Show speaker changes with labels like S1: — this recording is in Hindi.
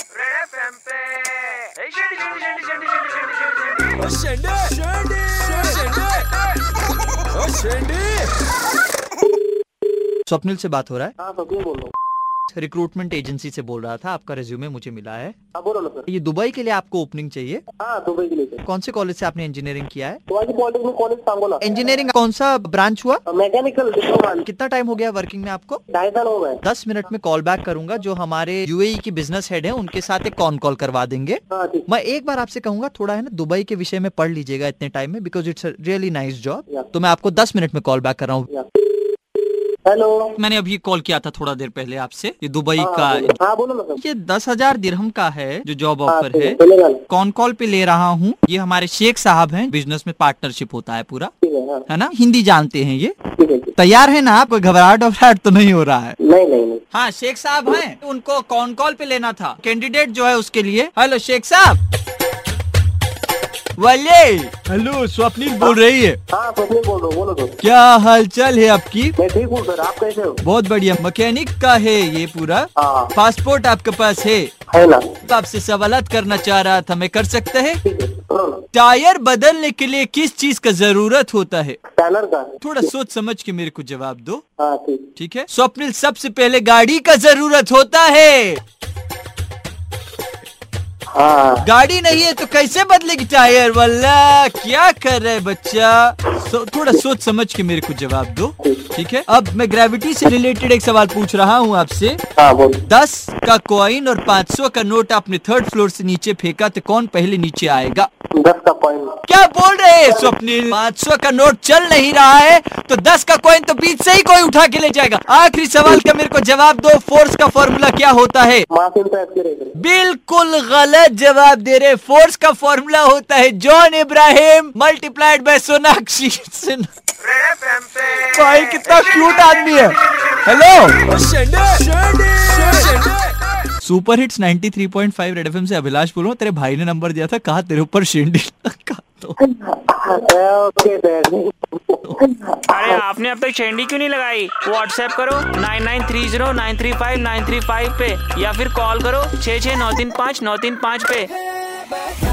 S1: एफएम पे ए, शेंडी, शेंडी, शेंडी, शेंडी, शेंडी, शेंडी, शेंडी, शेंडी।
S2: शेंडे शेंडे शेंडे
S3: स्वप्निल से बात हो रहा है
S4: हाँ सचिन बोल रहा हूँ
S3: रिक्रूटमेंट एजेंसी से बोल रहा था आपका रिज्यूमे मुझे मिला है
S4: हाँ बोलो ना सर
S3: ये दुबई के लिए आपको ओपनिंग चाहिए
S4: हाँ दुबई के लिए सर
S3: कौन से कॉलेज से आपने इंजीनियरिंग किया है
S4: Shivaji polytechnic college Sangola
S3: engineering कौन सा ब्रांच हुआ
S4: मैकेनिकल डिप्लोमा
S3: कितना टाइम हो गया वर्किंग में आपको
S4: ढाई साल हो गए
S3: दस मिनट में कॉल बैक करूंगा जो हमारे यूएई की बिजनेस हेड है उनके साथ एक कॉन कॉल करवा देंगे
S4: हाँ ठीक
S3: मैं एक बार आपसे कहूंगा थोड़ा है ना दुबई के विषय में पढ़ लीजिएगा इतने टाइम में because it's really nice
S4: Yeah.
S3: Job तो मैं आपको दस मिनट में कॉल बैक कर रहा हूँ
S4: हेलो
S3: मैंने अभी कॉल किया था थोड़ा देर पहले आपसे ये दुबई का
S4: हाँ बोलो। हाँ बोलो ना सर
S3: ये दस हजार दिरहम का है जो जॉब
S4: हाँ
S3: ऑफर
S4: ठीक
S3: है
S4: है चलेगा ना
S3: कॉन कॉल पे ले रहा हूँ ये हमारे शेख साहब हैं बिजनेस में पार्टनरशिप होता है पूरा
S4: ठीक है हाँ
S3: है ना हिंदी जानते हैं ये
S4: ठीक है ठीक
S3: तैयार है ना आप कोई घबराहट वबराहट तो नहीं हो रहा है
S4: नहीं नहीं नहीं
S3: हाँ शेख साहब हैं उनको कॉन कॉल पे लेना था कैंडिडेट जो है उसके लिए हेलो शेख साहब वाले हेलो स्वप्निल बोल रही है
S4: हाँ सचिन बोल रहा हूँ बोलो सर
S3: क्या हालचाल है आपकी
S4: मैं ठीक हूँ सर आप कैसे हो
S3: बहुत बढ़िया मैकेनिक का है ये पूरा
S4: हाँ
S3: पासपोर्ट आपके पास है तो
S4: है ना
S3: आपसे सवालत करना चाह रहा था मैं कर सकता है
S4: ठीक है करो ना
S3: टायर बदलने के लिए किस चीज का जरूरत होता है
S4: टैनर का
S3: थोड़ा सोच समझ के मेरे को जवाब दो
S4: हाँ ठीक
S3: ठीक है स्वप्निल सबसे पहले गाड़ी का जरूरत होता है
S4: हाँ
S3: गाड़ी नहीं है तो कैसे बदलेगी टायर वल्ला क्या कर रहे बच्चा सो, थोड़ा सोच समझ के मेरे को जवाब दो ठीक है अब मैं ग्रेविटी से रिलेटेड एक सवाल पूछ रहा हूँ आपसे
S4: हाँ बोलो
S3: दस का कॉइन और पाँच सौ का नोट आपने थर्ड फ्लोर से नीचे फेंका तो कौन पहले नीचे आएगा
S4: दस का पॉइंट
S3: क्या बोल रहे हैं स्वप्निल पाँच सौ का नोट चल नहीं रहा है तो दस का कॉइन तो बीच से ही कोई उठा के ले जाएगा आखिरी सवाल का मेरे को जवाब दो फोर्स का फॉर्मूला क्या होता है
S4: मासिम साहब के रहेगा
S3: बिल्कुल गलत जवाब दे रहे फोर्स का फॉर्मूला होता है John Ibrahim multiplied by Sonakshi Sinha.
S1: Red FM पे
S3: भाई
S1: tá
S3: कितना क्यूट आदमी है hello super hits 93.5 Red FM से अभिलाष बोल रहा हूँ तेरे भाई ने नंबर दिया था कहा तेरे ऊपर शेंडी लगा तो
S4: हाँ, ओके सर
S5: अरे आपने अब तक शेंडी क्यों नहीं लगाई व्हाट्सएप करो nine nine three zero nine three five nine three five पे या फिर कॉल करो छः छः नौ तीन पाँच नौ तीन पाँच पे